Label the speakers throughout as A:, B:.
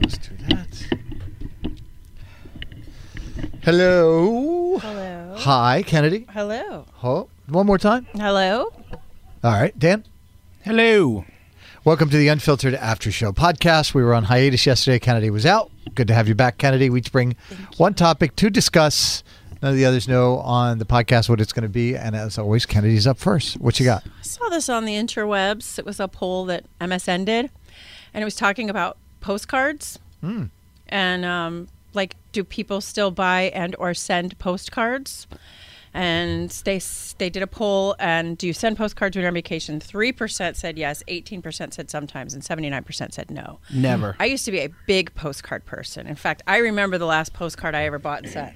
A: Let's do that. Hello.
B: Hello.
A: Hi, Kennedy.
B: Hello.
A: Oh, one more time.
B: Hello.
A: All right, Dan.
C: Hello.
A: Welcome to the Unfiltered After Show podcast. We were on hiatus yesterday. Kennedy was out. Good to have you back, Kennedy. We each bring one topic to discuss. None of the others know on the podcast what it's going to be. And as always, Kennedy's up first. What you got?
B: I saw this on the interwebs. It was a poll that MSN did, and it was talking about postcards and um, like, do people still buy and or send postcards? And they s- they did a poll, and do you send postcards when you're on vacation? Three percent said yes, eighteen percent said sometimes, and seventy nine percent said no.
C: Never.
B: I used to be a big postcard person. In fact, I remember the last postcard I ever bought and sent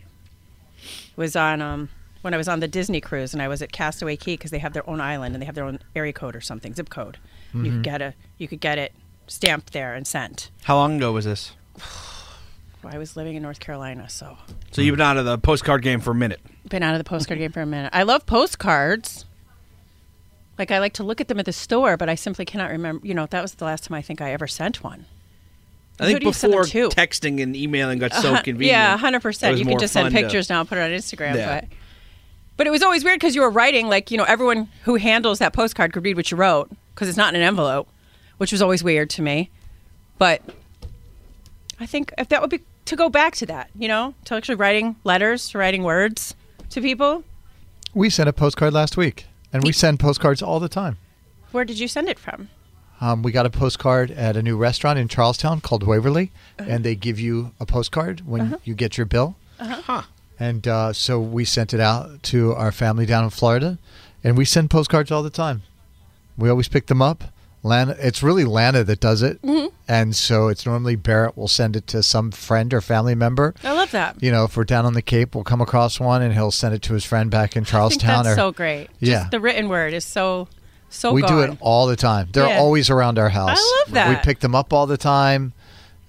B: was on um, when I was on the Disney cruise and I was at Castaway Key because they have their own island and they have their own area code or something, zip code. You could get a you could get it stamped there and sent.
C: How long ago was this?
B: I was living in North Carolina, so
C: So you've been out of the postcard game for a minute.
B: been out of the postcard game for a minute. I love postcards. Like I like to look at them at the store, but I simply cannot remember. You know, that was the last time I think I ever sent one.
C: I
B: Who
C: think
B: do you send them to?
C: before texting and emailing got so convenient.
B: Uh-huh. Yeah,
C: it
B: hundred percent.
C: was
B: You can
C: more
B: just send
C: fun to-
B: pictures now and put it on Instagram.
C: Yeah.
B: But but it was always weird because you were writing like you know everyone who handles that postcard could read what you wrote because it's not in an envelope, which was always weird to me. But I think if that would be to go back to that, you know, to actually writing letters, to writing words to people.
A: We sent a postcard last week, and we send postcards all the time.
B: Where did you send it from?
A: Um, we got a postcard at a new restaurant in Charlestown called Waverly,
B: Uh-huh.
A: and they give you a postcard when you get your bill. And uh, so we sent it out to our family down in Florida, and we send postcards all the time. We always pick them up. Lana, it's really Lana that does it,
B: Mm-hmm.
A: and so it's normally Barrett will send it to some friend or family member.
B: I love that.
A: You know, if we're down on the Cape, we'll come across one, and he'll send it to his friend back in
B: I think that's
A: Charlestown. or
B: so great.
A: Yeah.
B: Just the written word is so so.
A: we do
B: gone.
A: it all the time. They're
B: Oh, Yeah.
A: always around our house.
B: I love that.
A: We pick them up all the time.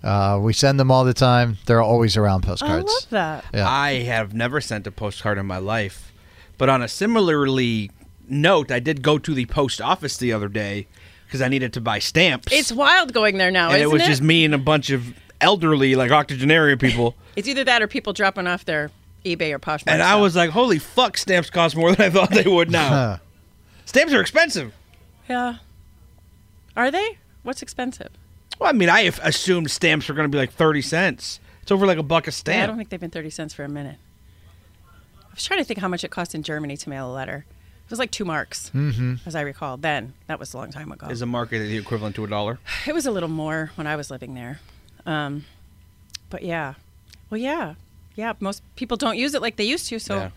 A: Uh, we send them all the time. They're always around
B: I
A: postcards.
B: love that.
A: Yeah.
C: I have never sent a postcard in my life. But on a similarly note, I did go to the post office the other day because I needed to buy stamps.
B: It's wild going there now,
C: and
B: isn't
C: it was just me and a bunch of elderly, like octogenaria people.
B: It's either that or people dropping off their eBay or Poshmark.
C: and I
B: stuff.
C: was like, holy fuck, stamps cost more than I thought they would now. stamps are expensive.
B: yeah. Are they? What's expensive?
C: Well, I mean, I have assumed stamps were going to be like 30 cents. It's over like a buck a
B: Yeah, I
C: stamp.
B: don't think they've been thirty cents for a minute. I was trying to think how much it cost in Germany to mail a letter. It was like two marks, mm-hmm. as I recall. Then that was a long time ago.
C: is a market the equivalent to a dollar?
B: It was a little more when I was living there, um, but yeah, well, yeah, yeah. Most people don't use it like they used to, so
C: Yeah.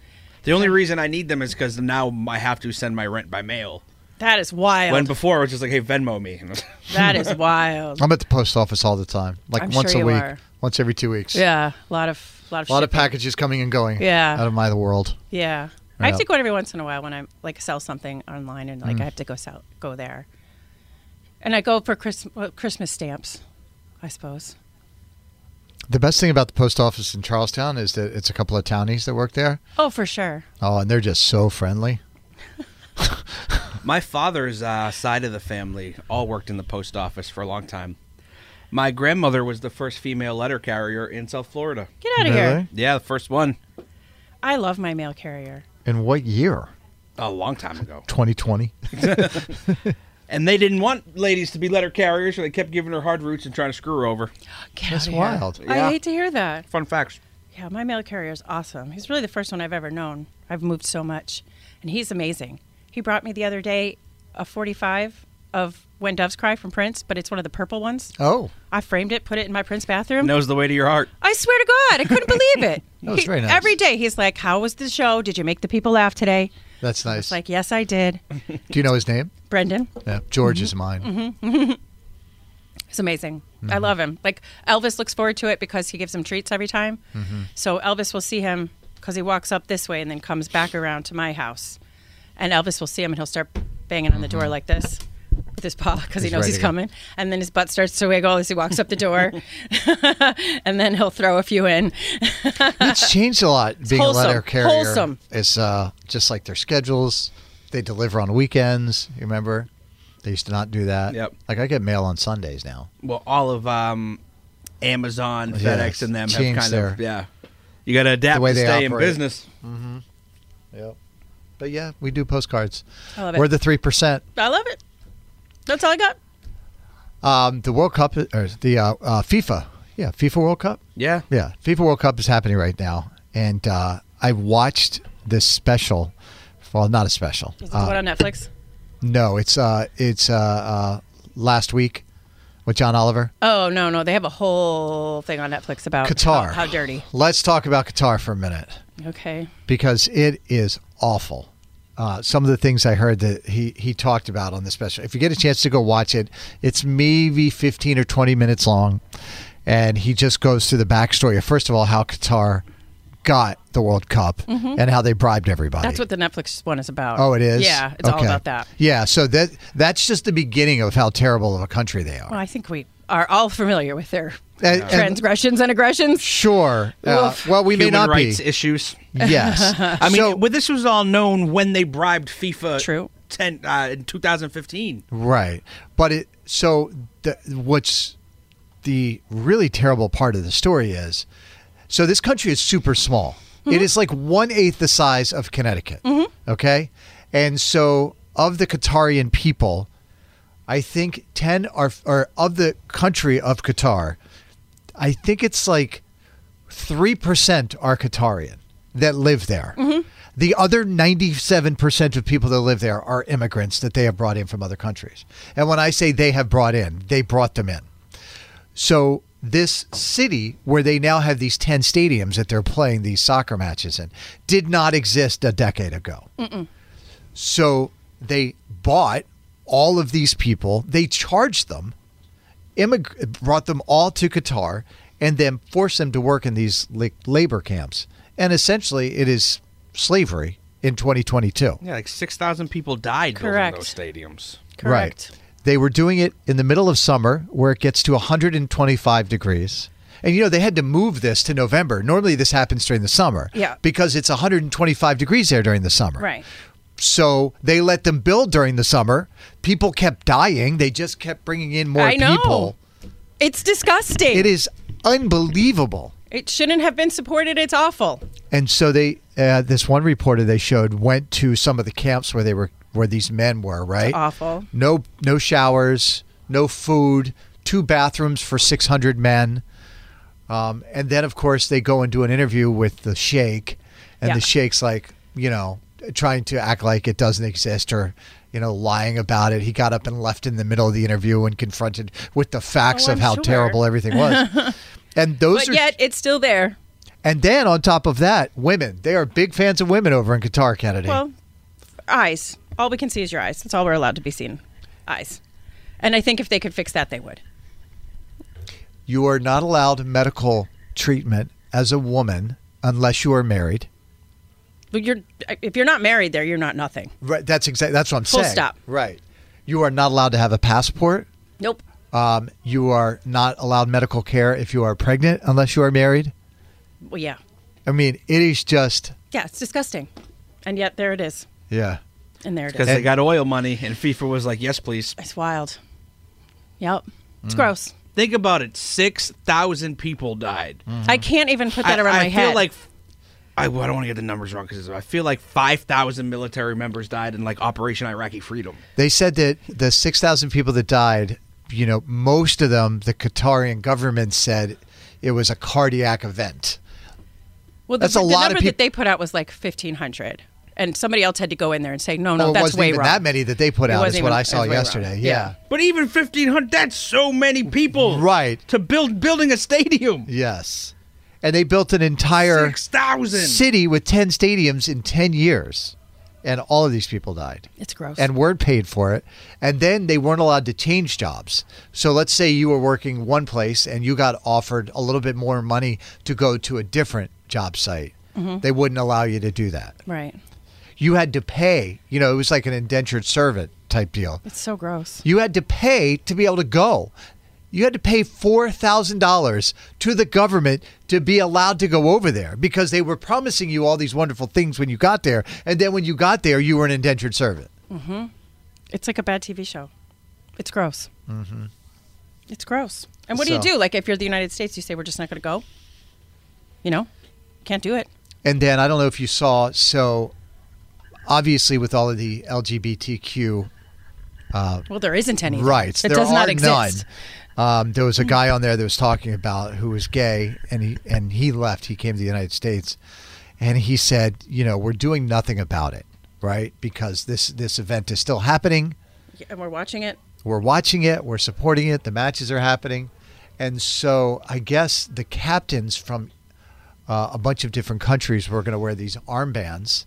C: The only reason I need them is because now I have to send my rent by mail.
B: that is wild.
C: When before it was just like, hey, Venmo me.
B: that is wild.
A: I'm at the post office all the time, like
B: I'm
A: once
B: sure
A: a
B: you
A: week,
B: are.
A: once every two weeks.
B: yeah, a lot of lot of
A: A lot of
B: shipping.
A: packages coming and going.
B: Yeah.
A: Out of my world.
B: Yeah. I have
A: Yeah. Mm.
B: to go every once in a while when I like sell something online and like I have to go sell, go there. And I go for Chris, well, Christmas stamps, I suppose.
A: The best thing about the post office in Charlestown is that it's a couple of townies that work there.
B: Oh, for sure.
A: Oh, and they're just so friendly.
C: my father's uh, side of the family all worked in the post office for a long time. My grandmother was the first female letter carrier in South Florida.
B: Get out of here.
A: Really?
C: Yeah, the first one
B: I love my mail carrier.
A: In what year?
C: a long time ago.
A: 2020.
C: And they didn't want ladies to be letter carriers, so they kept giving her hard roots and trying to screw her over.
B: Oh, Get
A: That's
B: outta here.
A: wild.
B: I
C: Yeah.
B: hate to hear that.
C: Fun facts.
B: Yeah, my mail carrier is awesome. He's really the first one I've ever known. I've moved so much, and he's amazing. He brought me the other day a 45 of When Doves Cry from Prince, but it's one of the purple ones.
A: Oh,
B: I framed it, put it in my Prince bathroom.
C: Knows the way to your heart.
B: I swear to God, I couldn't believe it.
A: That was
B: He-
A: very nice.
B: Every day he's like, "How was the show? Did you make the people laugh today?"
A: that's
B: I
A: nice.
B: was like, "Yes, I did."
A: Do you know his name?
B: Brendan,
A: Yeah. George is mine.
B: It's amazing. I love him. Like Elvis looks forward to it because he gives him treats every time.
A: Mm-hmm.
B: So Elvis will see him because he walks up this way and then comes back around to my house, and Elvis will see him and he'll start banging on the door like this with his paw because he
A: Mm-hmm. He's
B: knows
A: ready
B: he's
A: to go.
B: coming, and then his butt starts to wiggle as he walks up the door, and then he'll throw a few in.
A: it's changed a lot being
B: wholesome.
A: a letter carrier.
B: Wholesome.
A: It's uh, just like their schedules. They deliver on weekends. You remember? They used to not do that.
C: Yep.
A: Like I get mail on Sundays now.
C: well, all of um, Amazon,
A: Yeah,
C: FedEx, and them have
A: change
C: kind
A: their-
C: of yeah. You got to adapt
A: The way
C: to
A: they
C: stay in
A: operate.
C: business.
A: Yep. But yeah, we do postcards.
B: I love it.
A: We're the three percent.
B: I love it. That's all I got.
A: Um, the World Cup or the uh, uh, FIFA. Yeah, FIFA World Cup.
C: Yeah.
A: Yeah, FIFA World Cup is happening right now, and uh, I watched this special. Well, not a special.
B: Is it the
A: Uh,
B: one on Netflix?
A: no, it's uh, it's uh, uh, last week with John Oliver.
B: Oh no, no, they have a whole thing on Netflix about
A: Qatar.
B: How, how dirty.
A: Let's talk about Qatar for a minute
B: Okay.
A: because it is awful. Uh, some of the things I heard that he, he talked about on the special. If you get a chance to go watch it, it's maybe 15 or 20 minutes long. And he just goes through the backstory of, first of all, how Qatar got the World Cup and how they bribed everybody.
B: Mm-hmm. That's what the Netflix one is about.
A: Oh, it is?
B: Yeah, it's all
A: Okay.
B: about that.
A: Yeah, so that that's just the beginning of how terrible of a country they are.
B: Well, I think we are all familiar with their
A: And- and-
B: transgressions and aggressions.
A: sure. uh, well, we
C: Human
A: may not
C: rights
A: be.
C: issues.
A: yes.
C: I mean,
A: So-
C: well, this was all known when they bribed FIFA.
B: True.
C: Ten uh, in 2015.
A: Right. But it so the, what's the really terrible part of the story is so this country is super small. It is like one eighth the size of Connecticut. Okay. And so of the Qatarian people, I think 10 are, are of the country of Qatar, I think it's like 3% are Qatarian that live there. The other 97% of people that live there are immigrants that they have brought in from other countries. And when I say they have brought in, they brought them in. So this city where they now have these 10 stadiums that they're playing these soccer matches in did not exist a decade ago. So they bought all of these people, they charged them, immig- brought them all to Qatar, and then forced them to work in these like, labor camps. And essentially, it is slavery in 2022.
C: Yeah, like six thousand people died
B: Correct.
C: building those stadiums.
B: Correct.
A: Right. They were doing it in the middle of summer where it gets to 125 degrees. And you know, they had to move this to November. Normally this happens during the summer.
B: Yeah.
A: Because it's 125 degrees there during the summer.
B: Right.
A: So they let them build during the summer. People kept dying. They just kept bringing in more
B: I know.
A: people.
B: It's disgusting.
A: It is unbelievable.
B: It shouldn't have been supported. It's awful.
A: And so they, uh, this one reporter they showed went to some of the camps where they were, where these men were, right?
B: Awful.
A: No, no showers, no food, two bathrooms for 600 men. Um, and then, of course, they go and do an interview with the sheikh, and
B: Yeah.
A: the sheikh's like, you know, trying to act like it doesn't exist or, you know, lying about it. He got up and left in the middle of the interview and confronted with the facts
B: Oh,
A: of
B: I'm
A: how
B: sure.
A: terrible everything was. and those
B: But
A: are
B: yet it's still there.
A: and then on top of that, women. They are big fans of women over in Qatar, Kennedy.
B: Well, eyes. All we can see is your eyes. That's all we're allowed to be seen. Eyes. And I think if they could fix that, they would.
A: you are not allowed medical treatment as a woman unless you are married.
B: But you're if you're not married there, you're not nothing.
A: Right. That's exactly. That's what I'm
B: Full
A: saying.
B: stop.
A: Right. You are not allowed to have a passport.
B: Nope.
A: Um, you are not allowed medical care if you are pregnant unless you are married.
B: Well, yeah.
A: I mean, it is just
B: Yeah, it's disgusting. And yet there it is.
A: yeah.
B: And there it is.
C: Because they got oil money, and FIFA was like, "Yes, please."
B: It's wild. Yep.
A: Mm.
B: It's gross.
C: Think about it: six thousand people died.
B: I
A: Mm-hmm.
B: can't even put that
C: I,
B: around
C: I
B: my head.
C: feel like I, well, I don't want to get the numbers wrong because I feel like five thousand military members died in like Operation Iraqi Freedom.
A: They said that the six thousand people that died, you know, most of them, the Qatarian government said it was a cardiac event.
B: well, the,
A: that's a
B: the
A: lot of
B: number
A: peop-
B: that they put out was like fifteen hundred, and somebody else had to go in there and say, no, no,
A: Well, it
B: that's
A: wasn't
B: way
A: even
B: wrong.
A: that many that they put
B: It
A: out. Is
B: wasn't
A: what
B: even-
A: I
B: it
A: saw
B: was way wrong.
A: yesterday.
B: Yeah.
A: Yeah.
C: But even fifteen hundred—that's so many people,
A: Right.
C: To build building a stadium,
A: Yes. And they built an entire
C: six thousand.
A: city with ten stadiums in ten years. and all of these people died.
B: It's gross.
A: And Word paid for it. And then they weren't allowed to change jobs. So let's say you were working one place and you got offered a little bit more money to go to a different job site.
B: Mm-hmm.
A: They wouldn't allow you to do that.
B: right.
A: You had to pay. You know, it was like an indentured servant type deal.
B: It's so gross.
A: You had to pay to be able to go. You had to pay $4,000 to the government to be allowed to go over there because they were promising you all these wonderful things when you got there. And then when you got there, you were an indentured servant.
B: It's like a bad TV show. It's gross. Mm-hmm. It's gross. And what do
A: So-
B: you do? Like, if you're the United States, you say, we're just not going to go? You know? Can't do it.
A: And then I don't know if you saw, so obviously with all of the LGBTQ
B: Well, there isn't any.
A: rights,
B: It
A: there
B: does
A: are
B: not exist.
A: none. Um, there was a guy on there that was talking about who was gay, and he and he left. He came to the United States, and he said, you know, we're doing nothing about it, right? Because this this event is still happening.
B: Yeah, and we're watching it.
A: we're watching it, we're supporting it, the matches are happening. And so I guess the captains from uh, a bunch of different countries were going to wear these armbands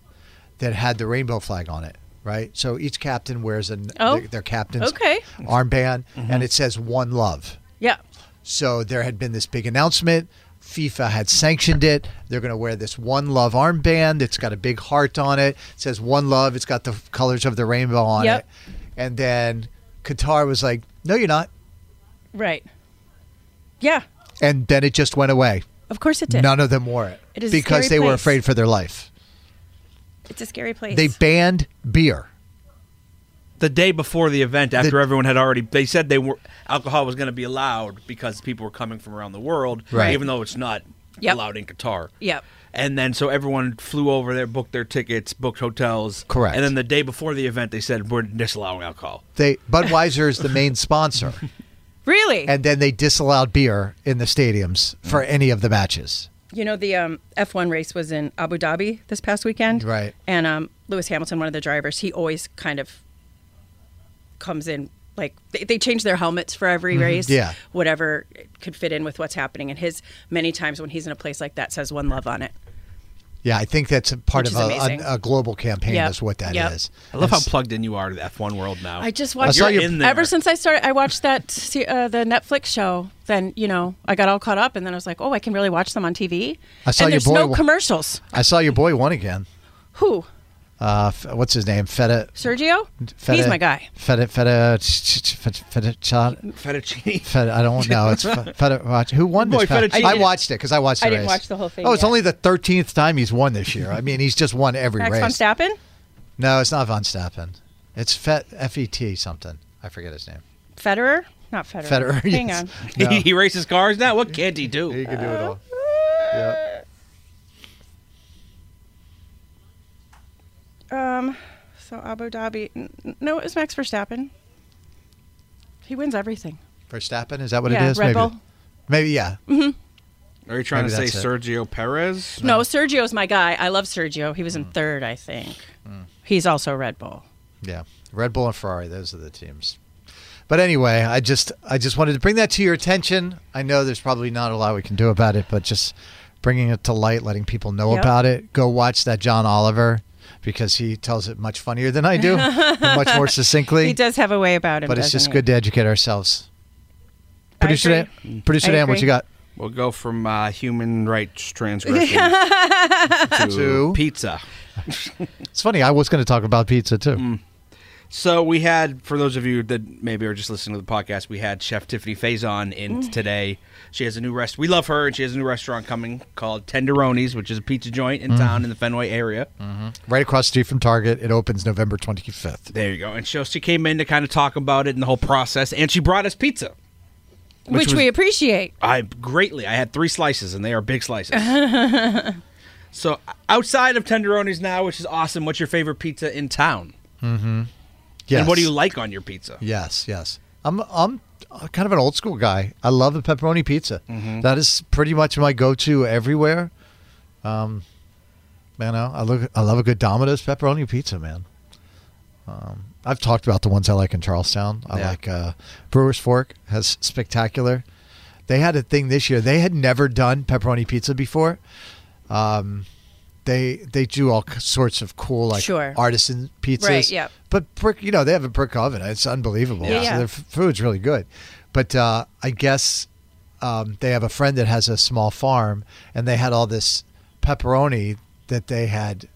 A: that had the rainbow flag on it, right? So each captain wears an,
B: Oh,
A: their, their captain's
B: okay.
A: armband and it says one love.
B: Yeah.
A: So there had been this big announcement. FIFA had sanctioned it. They're going to wear this One Love armband. It's got a big heart on it. It says One Love. It's got the f- colors of the rainbow on
B: Yep.
A: it. And then Qatar was like, "No, you're not."
B: Right. Yeah.
A: And then it just went away.
B: Of course it did.
A: None of them wore it,
B: It is a
A: because they
B: scary
A: were
B: place.
A: afraid for their life.
B: It's a scary place.
A: They banned beer.
C: The day before the event, after everyone had already, they said they were alcohol was going to be allowed because people were coming from around the world,
A: Right.
C: even though it's not
B: Yep.
C: allowed in Qatar.
B: Yep.
C: And then so everyone flew over there, booked their tickets, booked hotels.
A: Correct.
C: And then the day before the event, they said we're disallowing alcohol.
A: They Budweiser is the main sponsor,
B: really?
A: and then they disallowed beer in the stadiums for any of the matches.
B: You know, the um, F1 race was in Abu Dhabi this past weekend.
A: Right.
B: And um, Lewis Hamilton, one of the drivers, he always kind of comes in like they, they change their helmets for every race.
A: Mm-hmm. yeah.
B: Whatever could fit in with what's happening. And his, many times when he's in a place like that, says one love on it.
A: Yeah, I think that's a part
B: Which
A: of a,
B: is amazing.
A: a, a global campaign.
B: Yep.
A: Is what that is.
B: Yep.
C: I love how
A: It's-
C: plugged in you are to the F1 world now.
B: Oh. I just
A: I
B: watched
A: saw
C: You're
A: your-
C: in there.
B: ever since I started. I watched that se- uh, the Netflix show. Then you know I got all caught up, and then I was like, oh, I can really watch them on TV.
A: I saw
B: and
A: your
B: there's
A: boy
B: no
A: wa-
B: commercials.
A: I saw your boy won again.
B: Who?
A: Uh, f- what's his name? Feta.
B: Sergio?
A: Feta
B: He's my guy.
A: Feta. Feta. Feta. Feta. Feta.
C: fettuccine.
A: Feta I don't know. It's Fe- Feta. Watch. Who won
C: Boy,
A: this? Feta-
C: Fettuccine.
A: I watched it because I watched. The
B: I didn't
A: race.
B: watch the whole thing
A: Oh, it's
B: yet.
A: only the thirteenth time he's won this year. I mean, he's just won every
B: Max
A: race.
B: von Stappen?
A: No, it's not Von Stappen. It's Fet F E T something. I forget his name.
B: Federer? Not Federer.
A: Federer.
B: Hang
A: yes.
B: on.
A: No,
C: he, he races cars now. What can't he
A: he
C: do?
A: can do it all. Yep.
B: Um, so Abu Dhabi. n- n- No, it was Max Verstappen. He wins everything.
A: Verstappen. Is that what
B: yeah,
A: it is?
B: Red
A: Maybe.
B: Bull.
A: Maybe. Yeah.
C: Are you trying
A: Maybe
C: to say
A: that's it.
C: Sergio Perez?
B: No, Sergio's my guy. I love Sergio. He was
A: Mm.
B: in third, I think. He's also Red Bull.
A: Yeah, Red Bull and Ferrari; those are the teams. But anyway, I just I just wanted to bring that to your attention. I know there's probably not a lot we can do about it, but just bringing it to light, letting people know
B: Yep.
A: about it. Go watch that John Oliver because he tells it much funnier than I do, and much more succinctly.
B: He does have a way about him.
A: but it's just
B: doesn't he?
A: good to educate ourselves.
B: I
A: Producer Dan, producer
B: I
A: Dan, what
B: agree.
A: you got?
C: We'll go from uh, human rights transgression to,
A: To-
C: pizza.
A: It's funny. I was going to talk about pizza too.
C: Mm. So we had, for those of you that maybe are just listening to the podcast, we had Chef Tiffany Faison in today. She has a new rest. We love her, and she has a new restaurant coming called Tenderoni's, which is a pizza joint in town in the Fenway area.
A: Right across the street from Target. It opens November 25th.
C: There you go. And so she came in to kind of talk about it and the whole process, and she brought us pizza.
B: Which,
C: was-
B: we appreciate.
C: I greatly. I had three slices, and they are big slices. so outside of Tenderoni's now, which is awesome, what's your favorite pizza in town?
A: Yes.
C: And what do you like on your pizza?
A: Yes, yes. I'm I'm kind of an old school guy. I love a pepperoni pizza.
C: Mm-hmm.
A: That is pretty much my go-to everywhere. Um, man, I, I look I love a good Domino's pepperoni pizza, man. Um, I've talked about the ones I like in Charlestown. I
C: Yeah.
A: like uh, Brewer's Fork has spectacular. They had a thing this year. They had never done pepperoni pizza before. Um, they they do all k- sorts of cool like
B: Sure.
A: artisan pizzas.
B: Right, yep.
A: But brick, you know, they have a brick oven. It's unbelievable.
B: Yeah,
A: So
B: yeah.
A: their f- food's really good. But uh, I guess um, they have a friend that has a small farm, and they had all this pepperoni that they had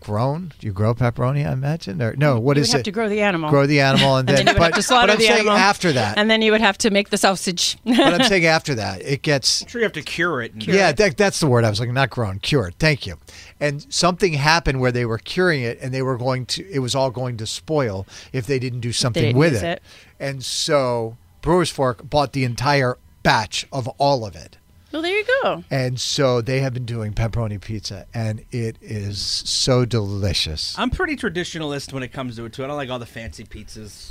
A: grown. Do you grow pepperoni? I imagine. Or no, what
B: you
A: is
B: would have
A: it?
B: to grow the animal.
A: Grow the animal, and,
B: and then you would
A: but,
B: have to
A: but
B: slaughter
A: I'm
B: the
A: saying
B: animal
A: after that.
B: and then you would have to make the sausage.
A: but I'm saying after that, it gets
C: I'm sure you have to cure it. and-
A: yeah, that, that's the word I was looking. Not grown, cured. Thank you. And something happened where they were curing it, and they were going to. It was all going to spoil if they didn't do something
B: didn't
A: with
B: use
A: it.
B: it.
A: And so Brewers Fork bought the entire batch of all of it,
B: well, there you go.
A: and so they have been doing pepperoni pizza, and it is so delicious.
C: I'm pretty traditionalist when it comes to it too. I don't like all the fancy pizzas.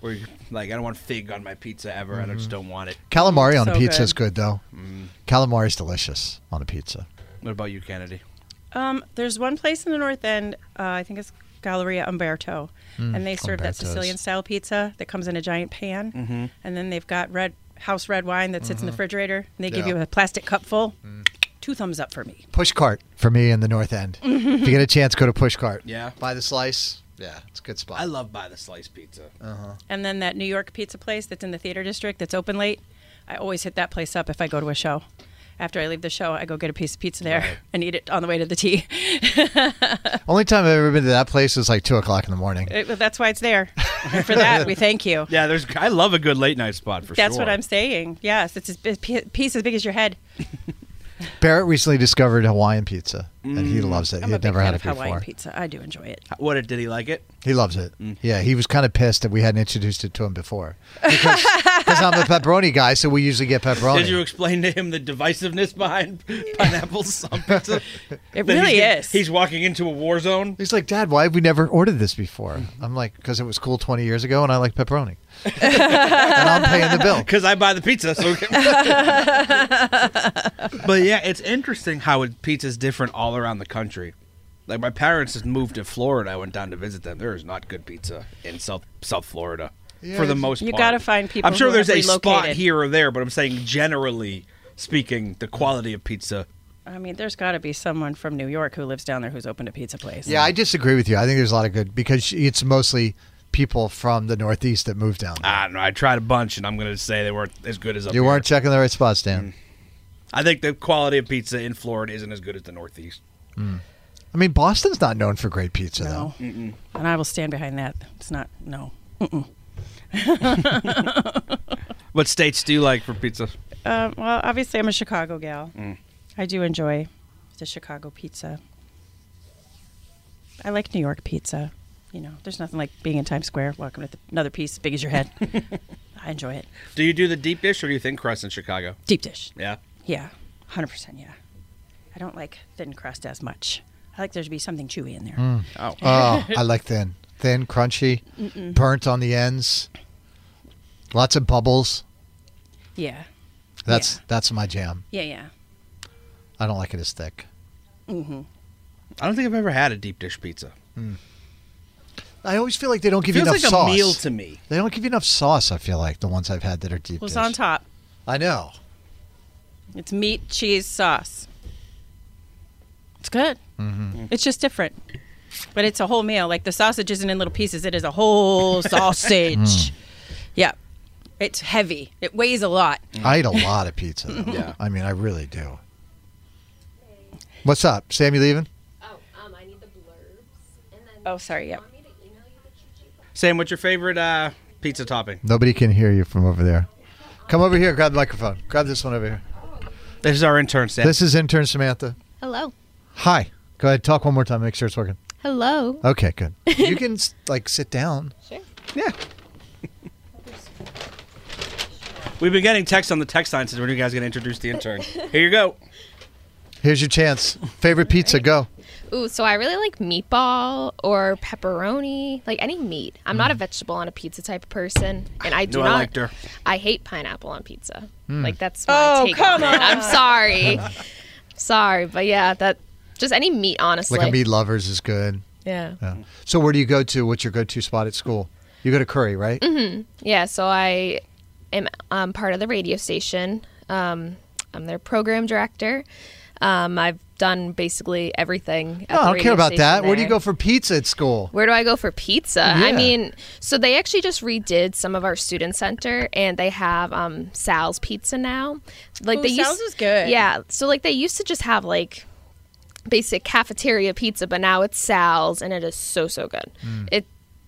C: Where you're like, I don't want fig on my pizza ever. I just don't want it.
A: Calamari on a
B: So
A: pizza
B: good.
A: is good though. Calamari is delicious on a pizza.
C: What about you, Kennedy?
B: Um, there's one place in the North End, uh, I think it's Galleria Umberto, and they serve
A: Umberto's.
B: that Sicilian style pizza that comes in a giant pan, and then they've got red house red wine that sits in the refrigerator, and they give
A: Yeah.
B: you a plastic cup full. Two thumbs up for me.
A: Pushcart for me in the North End. if you get a chance, go to Pushcart.
C: Yeah.
A: Buy the slice. Yeah, it's a good spot.
C: I love buy the slice pizza.
B: And then that New York pizza place that's in the theater district that's open late, I always hit that place up if I go to a show. After I leave the show, I go get a piece of pizza there and eat it on the way to the tea.
A: Only time I've ever been to that place is like two o'clock in the morning.
B: It- that's why it's there. And for that, we thank you.
C: Yeah, there's. I love a good late night spot for
B: That's
C: sure.
B: what I'm saying. Yes, it's a big pi- piece as big as your head.
A: Barrett recently discovered Hawaiian pizza, and he loves it.
B: Mm. I'm
A: he
B: a
A: had
B: big
A: never
B: fan
A: had it
B: of
A: before.
B: Hawaiian pizza. Mm. I do enjoy it.
C: What did he like it?
A: He loves it. Yeah, he was kind of pissed that we hadn't introduced it to him before because 'cause I'm a pepperoni guy, so we usually get pepperoni.
C: Did you explain to him the divisiveness behind pineapples on pizza?
B: It
C: That
B: really
C: he's getting-
B: is.
C: He's walking into a war zone.
A: He's like, Dad, why have we never ordered this before?
B: Mm-hmm.
A: I'm like, because it was cool 20 years ago, and I like pepperoni, and I'm paying the bill.
C: because I buy the pizza. So, but yeah, it's interesting how it, pizza's different all around the country. Like my parents just moved to Florida. I went down to visit them. There is not good pizza in South South Florida
A: Yeah,
C: for the
A: it's-
C: most
B: You
C: part.
B: gotta find people
C: I'm sure
B: who
C: there's
B: have
C: a spot
B: relocated.
C: here or there, but I'm saying generally speaking, the quality of pizza.
B: I mean, there's got to be someone from New York who lives down there who's opened a pizza place.
A: Yeah, I disagree with you. I think there's a lot of good because it's mostly people from the Northeast that moved
B: Ah,
A: down. There.
C: I don't know. I tried a bunch, and I'm going to say they weren't as good as up
A: you
C: here.
A: weren't checking the right spots, Dan.
B: Mm.
C: I think the quality of pizza in Florida isn't as good as the Northeast.
A: I mean, Boston's not known for great pizza, though.
B: No. And I will stand behind that. It's not no.
C: What states do you like for pizza?
B: Um, well, obviously, I'm a Chicago gal.
C: Mm.
B: I do enjoy the Chicago pizza. I like New York pizza. You know, there's nothing like being in Times Square, walking with another piece big as your head. I enjoy it.
C: Do you do the deep dish or do you think crust in Chicago?
B: Deep dish.
C: Yeah.
B: Yeah, hundred percent. Yeah, I don't like thin crust as much. I like there to be something chewy in there.
C: Oh.
A: Oh, I like thin, thin, crunchy, burnt on the ends, lots of bubbles.
B: Yeah,
A: That's
B: Yeah.
A: that's my jam.
B: yeah, yeah.
A: I don't like it as thick.
C: I don't think I've ever had a deep dish pizza.
A: I always feel like they don't give
C: Feels
A: you
C: like
A: enough sauce.
C: a meal to me.
A: They don't give you enough sauce. I feel like the ones I've had that are deep.
B: What's
A: dish.
B: on top?
A: I know.
B: It's meat, cheese, sauce. It's good.
A: Mm-hmm.
B: It's just different, but it's a whole meal. Like the sausage isn't in little pieces; it is a whole sausage.
A: Mm.
B: Yeah, it's heavy. It weighs a lot.
A: I eat a lot of pizza. Though.
C: Yeah.
A: I mean, I really do. What's up, Sam? You leaving?
D: Oh, um, I need the blurbs. And then
B: Oh, sorry,
D: do you
B: yep.
D: Want me to email you the cheat sheet?
C: Sam, what's your favorite uh, pizza topping?
A: Nobody can hear you from over there. Come over here. Grab the microphone. Grab this one over here.
C: This is our intern, Sam.
A: This is intern Samantha.
D: Hello.
A: Hi. Go ahead. Talk one more time. Make sure it's working.
D: Hello.
A: Okay, good. You can s- like sit down.
C: yeah. We've been getting texts on the text line since when are you guys going to introduce the intern? Here you go.
A: Here's your chance. Favorite pizza, go.
D: Ooh, so I really like meatball or pepperoni, like any meat. I'm not a vegetable on a pizza type of person, and I do
C: Mm. No, I
D: not.
C: liked her. Mm.
D: I hate pineapple on pizza. Like that's my
B: Oh,
D: take
B: come
D: on, it. I'm sorry, sorry, but yeah, that just any meat, honestly.
A: Like a meat lovers is good.
D: Yeah,
A: Yeah. So where do you go to? What's your go-to spot at school? You go to Curry, right?
D: Mm-hmm. yeah. So I am um, part of the radio station. Um, I'm their program director. Um, I've done basically everything.
A: No,
D: At the
A: Oh, I don't
D: radio
A: care about
D: station
A: that. Where do you
D: there.
A: go for pizza at school?
D: Where do I go for pizza? I
A: Yeah.
D: mean, so they actually just redid some of our student center, and they have um, Sal's Pizza now. Like
B: Ooh,
D: they
B: Sal's
D: used,
B: is good.
D: Yeah, so like they used to just have like basic cafeteria pizza, but now it's Sal's, and it is so so good.
A: Mm.
D: It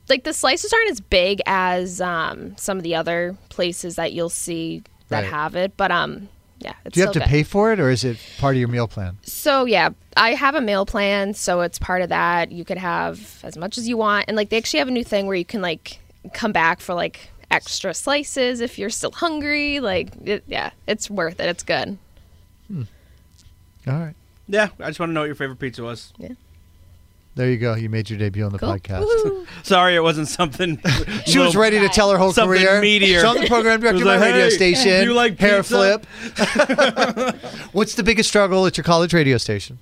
D: like the slices aren't as big as um, some of the other places that you'll see that
A: Right.
D: have it, but um, yeah, it's
A: Do you have to
D: still good.
A: pay for it, or is it part of your meal plan?
D: So yeah, I have a meal plan, so it's part of that. You could have as much as you want, and like they actually have a new thing where you can like come back for like extra slices if you're still hungry. Like it, yeah, it's worth it. It's good.
A: All right,
C: Yeah, I just want to know what your favorite pizza was.
A: there you go. You made your debut on the
D: Cool.
A: podcast.
D: Woo.
C: Sorry, it wasn't something.
A: She was
C: little-
A: ready to tell her whole
C: Something
A: career.
C: meatier.
A: So I'm the program
C: It
A: director of
C: was
A: my
C: like,
A: radio
C: "Hey,
A: station.
C: do you like
A: hair
C: pizza?"
A: flip. What's the biggest struggle at your college radio station?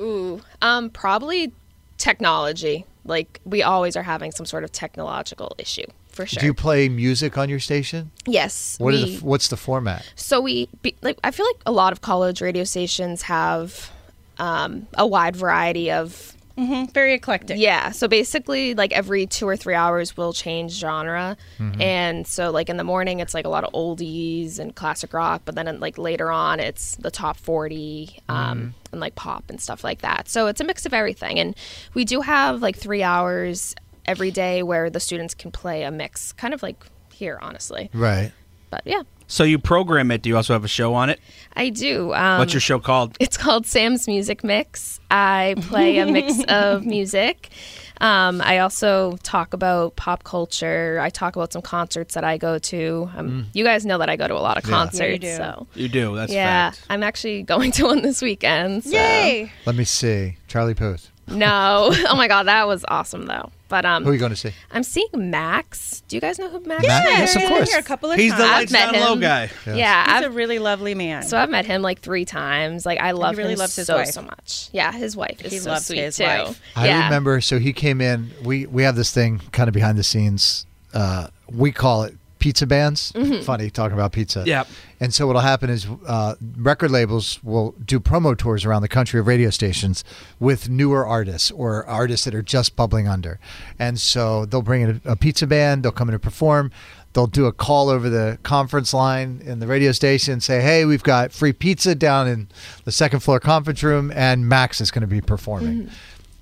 D: Ooh, um, probably technology. Like we always are having some sort of technological issue for sure.
A: Do you play music on your station?
D: yes.
A: What are
D: we-
A: the, what's the format?
D: So we be, like I feel like a lot of college radio stations have um, a wide variety of
B: Mm-hmm. Very eclectic.
D: Yeah. So basically, like every two or three hours, we'll change genre. And so, like in the morning, it's like a lot of oldies and classic rock. But then, like later on, it's the top forty um, and like pop and stuff like that. So it's a mix of everything. And we do have like three hours every day where the students can play a mix, kind of like here, honestly.
A: Right.
D: But yeah,
C: So you program it. Do you also have a show on it?
D: I do. Um,
C: What's your show called?
D: it's called Sam's Music Mix. I play a mix of music. Um, I also talk about pop culture. I talk about some concerts that I go to. Um,
A: Mm.
D: You guys know that I go to a lot of concerts.
B: do.
D: so
C: You do. That's
D: yeah,
C: fact.
D: I'm actually going to one this weekend. so-
B: Yay!
A: Let me see. Charlie Puth.
D: No, oh my god, that was awesome though. But um,
A: Who are you going to see?
D: I'm seeing Max. Do you guys know who
A: Max?
D: Max? is?
A: Yeah, Yes, of
B: I've been
A: course.
B: Here a couple of
C: He's the
B: times.
C: lights
D: I've met
C: down low
D: him.
C: guy.
A: Yes.
D: Yeah,
B: He's
D: I've
B: a really lovely man.
D: So I've met him like three times. Like I love
B: really
D: him
B: loves his
D: so
B: wife.
D: so much. Yeah, his wife is
B: He
D: so
B: loves
D: sweet
B: his
D: too.
B: wife.
A: I
D: yeah.
A: remember. So he came in. We we have this thing kind of behind the scenes. Uh, we call it pizza bands.
D: Mm-hmm.
A: Funny talking about pizza.
C: Yep.
A: And so what'll happen is uh, record labels will do promo tours around the country of radio stations with newer artists or artists that are just bubbling under. And so they'll bring in a, a pizza band. They'll come in and perform. They'll do a call over the conference line in the radio station, say, "Hey, we've got free pizza down in the second floor conference room, and Max is going to be performing."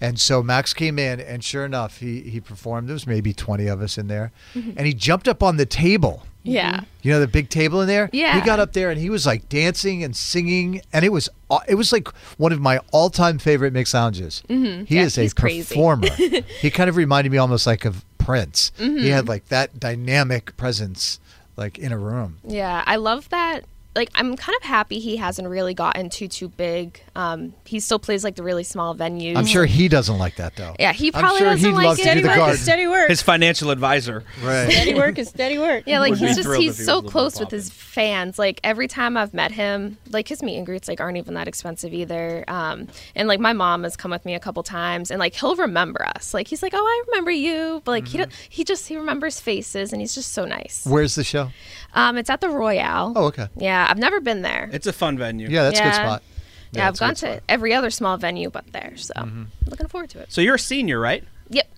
A: And so Max came in, and sure enough, he he performed. There was maybe twenty of us in there, and he jumped up on the table.
D: Yeah.
A: You know the big table in there.
D: Yeah.
A: He got up there and he was like dancing and singing, and it was aw- it was like one of my all time favorite mix lounges. Mm-hmm. He
D: Yeah,
A: is a
D: he's crazy.
A: performer. he kind of reminded me almost like of Prince.
D: Mm-hmm.
A: He had like that dynamic presence, like in a room.
D: Yeah, I love that. Like, I'm kind of happy he hasn't really gotten too too big. Um, he still plays like the really small venues.
A: I'm sure he doesn't like that though.
D: Yeah, he
A: I'm
D: probably
A: sure
D: doesn't
A: he'd
D: like
A: love to
D: it,
A: do
B: steady
A: the
D: but-
B: work
A: garden.
B: is steady work.
C: His financial advisor.
A: Right.
B: steady work is steady work.
D: Yeah, like
C: Would be
D: he's just
C: thrilled if
D: he's
C: he
D: so
C: was a
D: close
C: little
D: with his fans. Like every time I've met him, like his meet and greets like aren't even that expensive either. Um, and like my mom has come with me a couple times, and like he'll remember us. Like he's like, oh, I remember you, but like he
C: Mm-hmm.
D: don't, he just he remembers faces, and he's just so nice.
A: Where's the show?
D: Um, it's at the Royale.
A: Oh, okay.
D: Yeah, I've never been there.
C: It's a fun venue.
A: Yeah, that's a good
D: Yeah.
A: spot.
D: yeah,
A: Yeah,
D: I've
A: it's Mm-hmm. a
D: gone
A: good
D: to every other small venue but there, so looking forward to it.
C: So you're a senior, right?
D: Yep.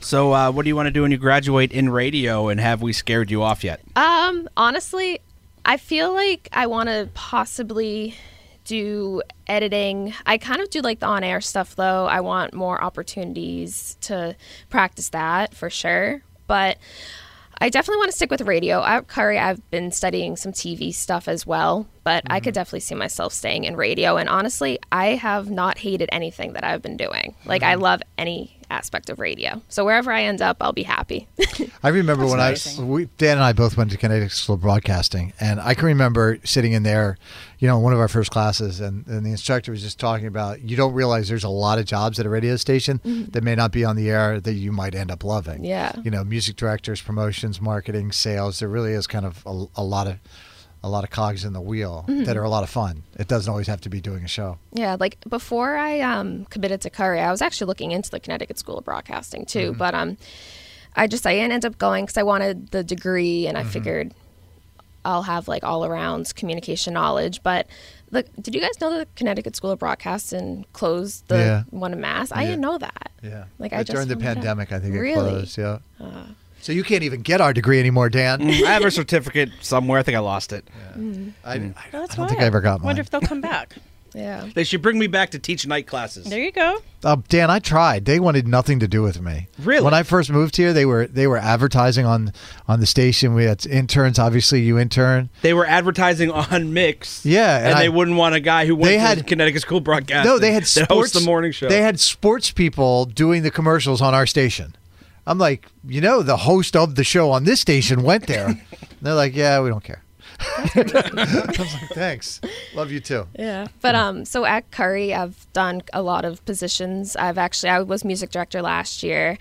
C: So uh, what do you want to do when you graduate in radio? And have we scared you off yet?
D: Um, honestly, I feel like I want to possibly do editing. I kind of do like the on air stuff though. I want more opportunities to practice that for sure. But I definitely want to stick with radio. At Curry, I've been studying some TV stuff as well, but I could definitely see myself staying in radio. And honestly, I have not hated anything that I've been doing. Like, I love any aspect of radio. So wherever I end up, I'll be happy.
A: I remember when I
B: amazing.
A: we, Dan and I both went to Connecticut School of Broadcasting, and I can remember sitting in there, you know, in one of our first classes, and, and the instructor was just talking about you don't realize there's a lot of jobs at a radio station that may not be on the air that you might end up loving.
D: Mm-hmm. Yeah.
A: you know, music directors, promotions, marketing, sales. There really is kind of a, a lot of a lot of cogs in the wheel
D: Mm-hmm.
A: that are a lot of fun. It doesn't always have to be doing a show.
D: Yeah, like before I um, committed to Curry, I was actually looking into the Connecticut School of Broadcasting too,
A: Mm-hmm.
D: but um, I just I ended up going because I wanted the
A: Mm-hmm.
D: degree, and I figured I'll have like all around communication knowledge. But Look, did you guys know that the Connecticut School of Broadcasting closed the
A: Yeah.
D: one in Mass? I
A: Yeah.
D: didn't know that.
A: Yeah.
D: Like, I
A: but
D: just
A: during the
D: found that out.
A: pandemic, I think it
D: Really? Uh.
A: closed. Yeah. so you can't even get our degree anymore, Dan.
C: Mm, I have a certificate somewhere. I think I lost it.
A: I, I,
B: That's
A: I don't think
B: wild.
A: I ever got
B: Wonder
A: mine.
B: if they'll come back.
D: Yeah.
C: They should bring me back to teach night classes.
B: There you go.
A: Uh, Dan, I tried. They wanted nothing to do with me.
C: Really?
A: When I first moved here, they were they were advertising on on the station. We had interns. Obviously, you intern.
C: They were advertising on Mix.
A: Yeah,
C: and,
A: and I-
C: they wouldn't want a guy who went
A: They
C: to
A: had-
C: Connecticut School Broadcast.
A: no, they had
C: that
A: sports.
C: hosts the morning show.
A: They had sports people doing the commercials on our station. I'm like, you know, the host of the show on this station went there. And they're like, yeah, we don't care. I was like, thanks. Love you too.
D: Yeah. But um so at Curry I've done a lot of positions. I've actually I was music director last year,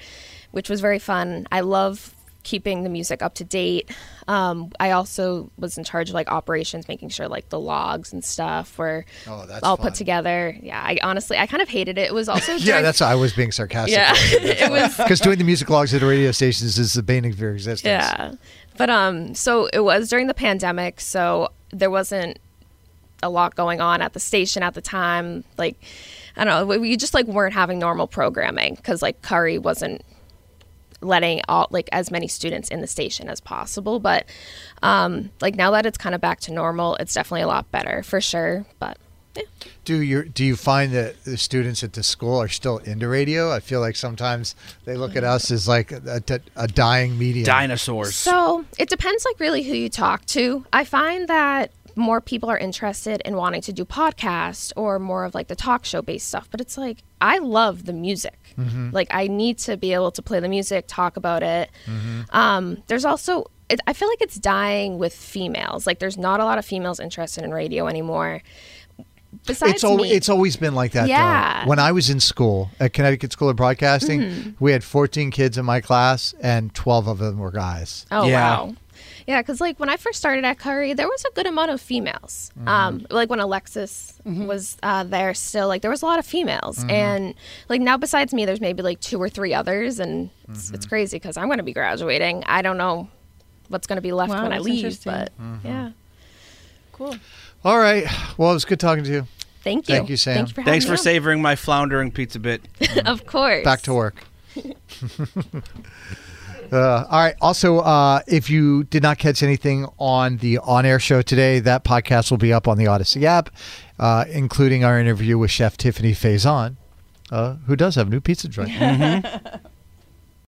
D: which was very fun. I love keeping the music up to date. Um, I also was in charge of like operations, making sure like the logs and stuff were
A: Oh, that's
D: all
A: fun.
D: put together. Yeah, I honestly I kind of hated it. It was also
A: Yeah,
D: during-
A: that's I was being sarcastic.
D: yeah. it was
A: Because doing the music logs at radio stations is the bane of your existence.
D: Yeah. But um so it was during the pandemic, so there wasn't a lot going on at the station at the time. Like I don't know, we- we just like weren't having normal programming cuz like Curry wasn't letting all like as many students in the station as possible, but um like now that it's kind of back to normal, it's definitely a lot better for sure, but yeah.
A: Do you do you find that the students at the school are still into radio? I feel like sometimes they look at us as like a, a, a dying medium.
C: dinosaurs.
D: So it depends, like, really who you talk to. I find that more people are interested in wanting to do podcasts or more of like the talk show based stuff. But it's like, I love the music.
A: Mm-hmm.
D: Like, I need to be able to play the music, talk about it.
A: Mm-hmm.
D: Um, there's also, it, I feel like it's dying with females. Like, there's not a lot of females interested in radio anymore. Besides,
A: it's al-
D: me.
A: it's always been like that. though.
D: Yeah. Mm-hmm.
A: When I was in school at Connecticut School of Broadcasting, we had 14 kids in my class, and 12 of them were guys.
D: Oh
C: Yeah.
D: wow. Yeah, because like when I first started at Curry, there was a good amount of females.
A: Mm-hmm.
D: Um, like when Alexis
B: Mm-hmm.
D: was uh, there, still like there was a lot of females,
A: Mm-hmm.
D: and like now besides me, there's maybe like two or three others, and it's,
A: Mm-hmm.
D: it's crazy because I'm going to be graduating. I don't know what's going to be left
B: Wow,
D: when I
B: that's
D: leave,
B: interesting.
D: but
A: Mm-hmm.
D: yeah.
B: Cool.
A: All right. Well, it was good talking to you.
D: Thank you.
A: Thank you, Sam.
D: Thank you for having
C: Thanks
D: me
C: for
D: on.
C: savoring my floundering pizza bit.
D: of course.
A: Back to work. Uh, all right. Also, uh, if you did not catch anything on the on air show today, that podcast will be up on the Odyssey app, uh, including our interview with Chef Tiffany Faison, uh, who does have a new pizza joint.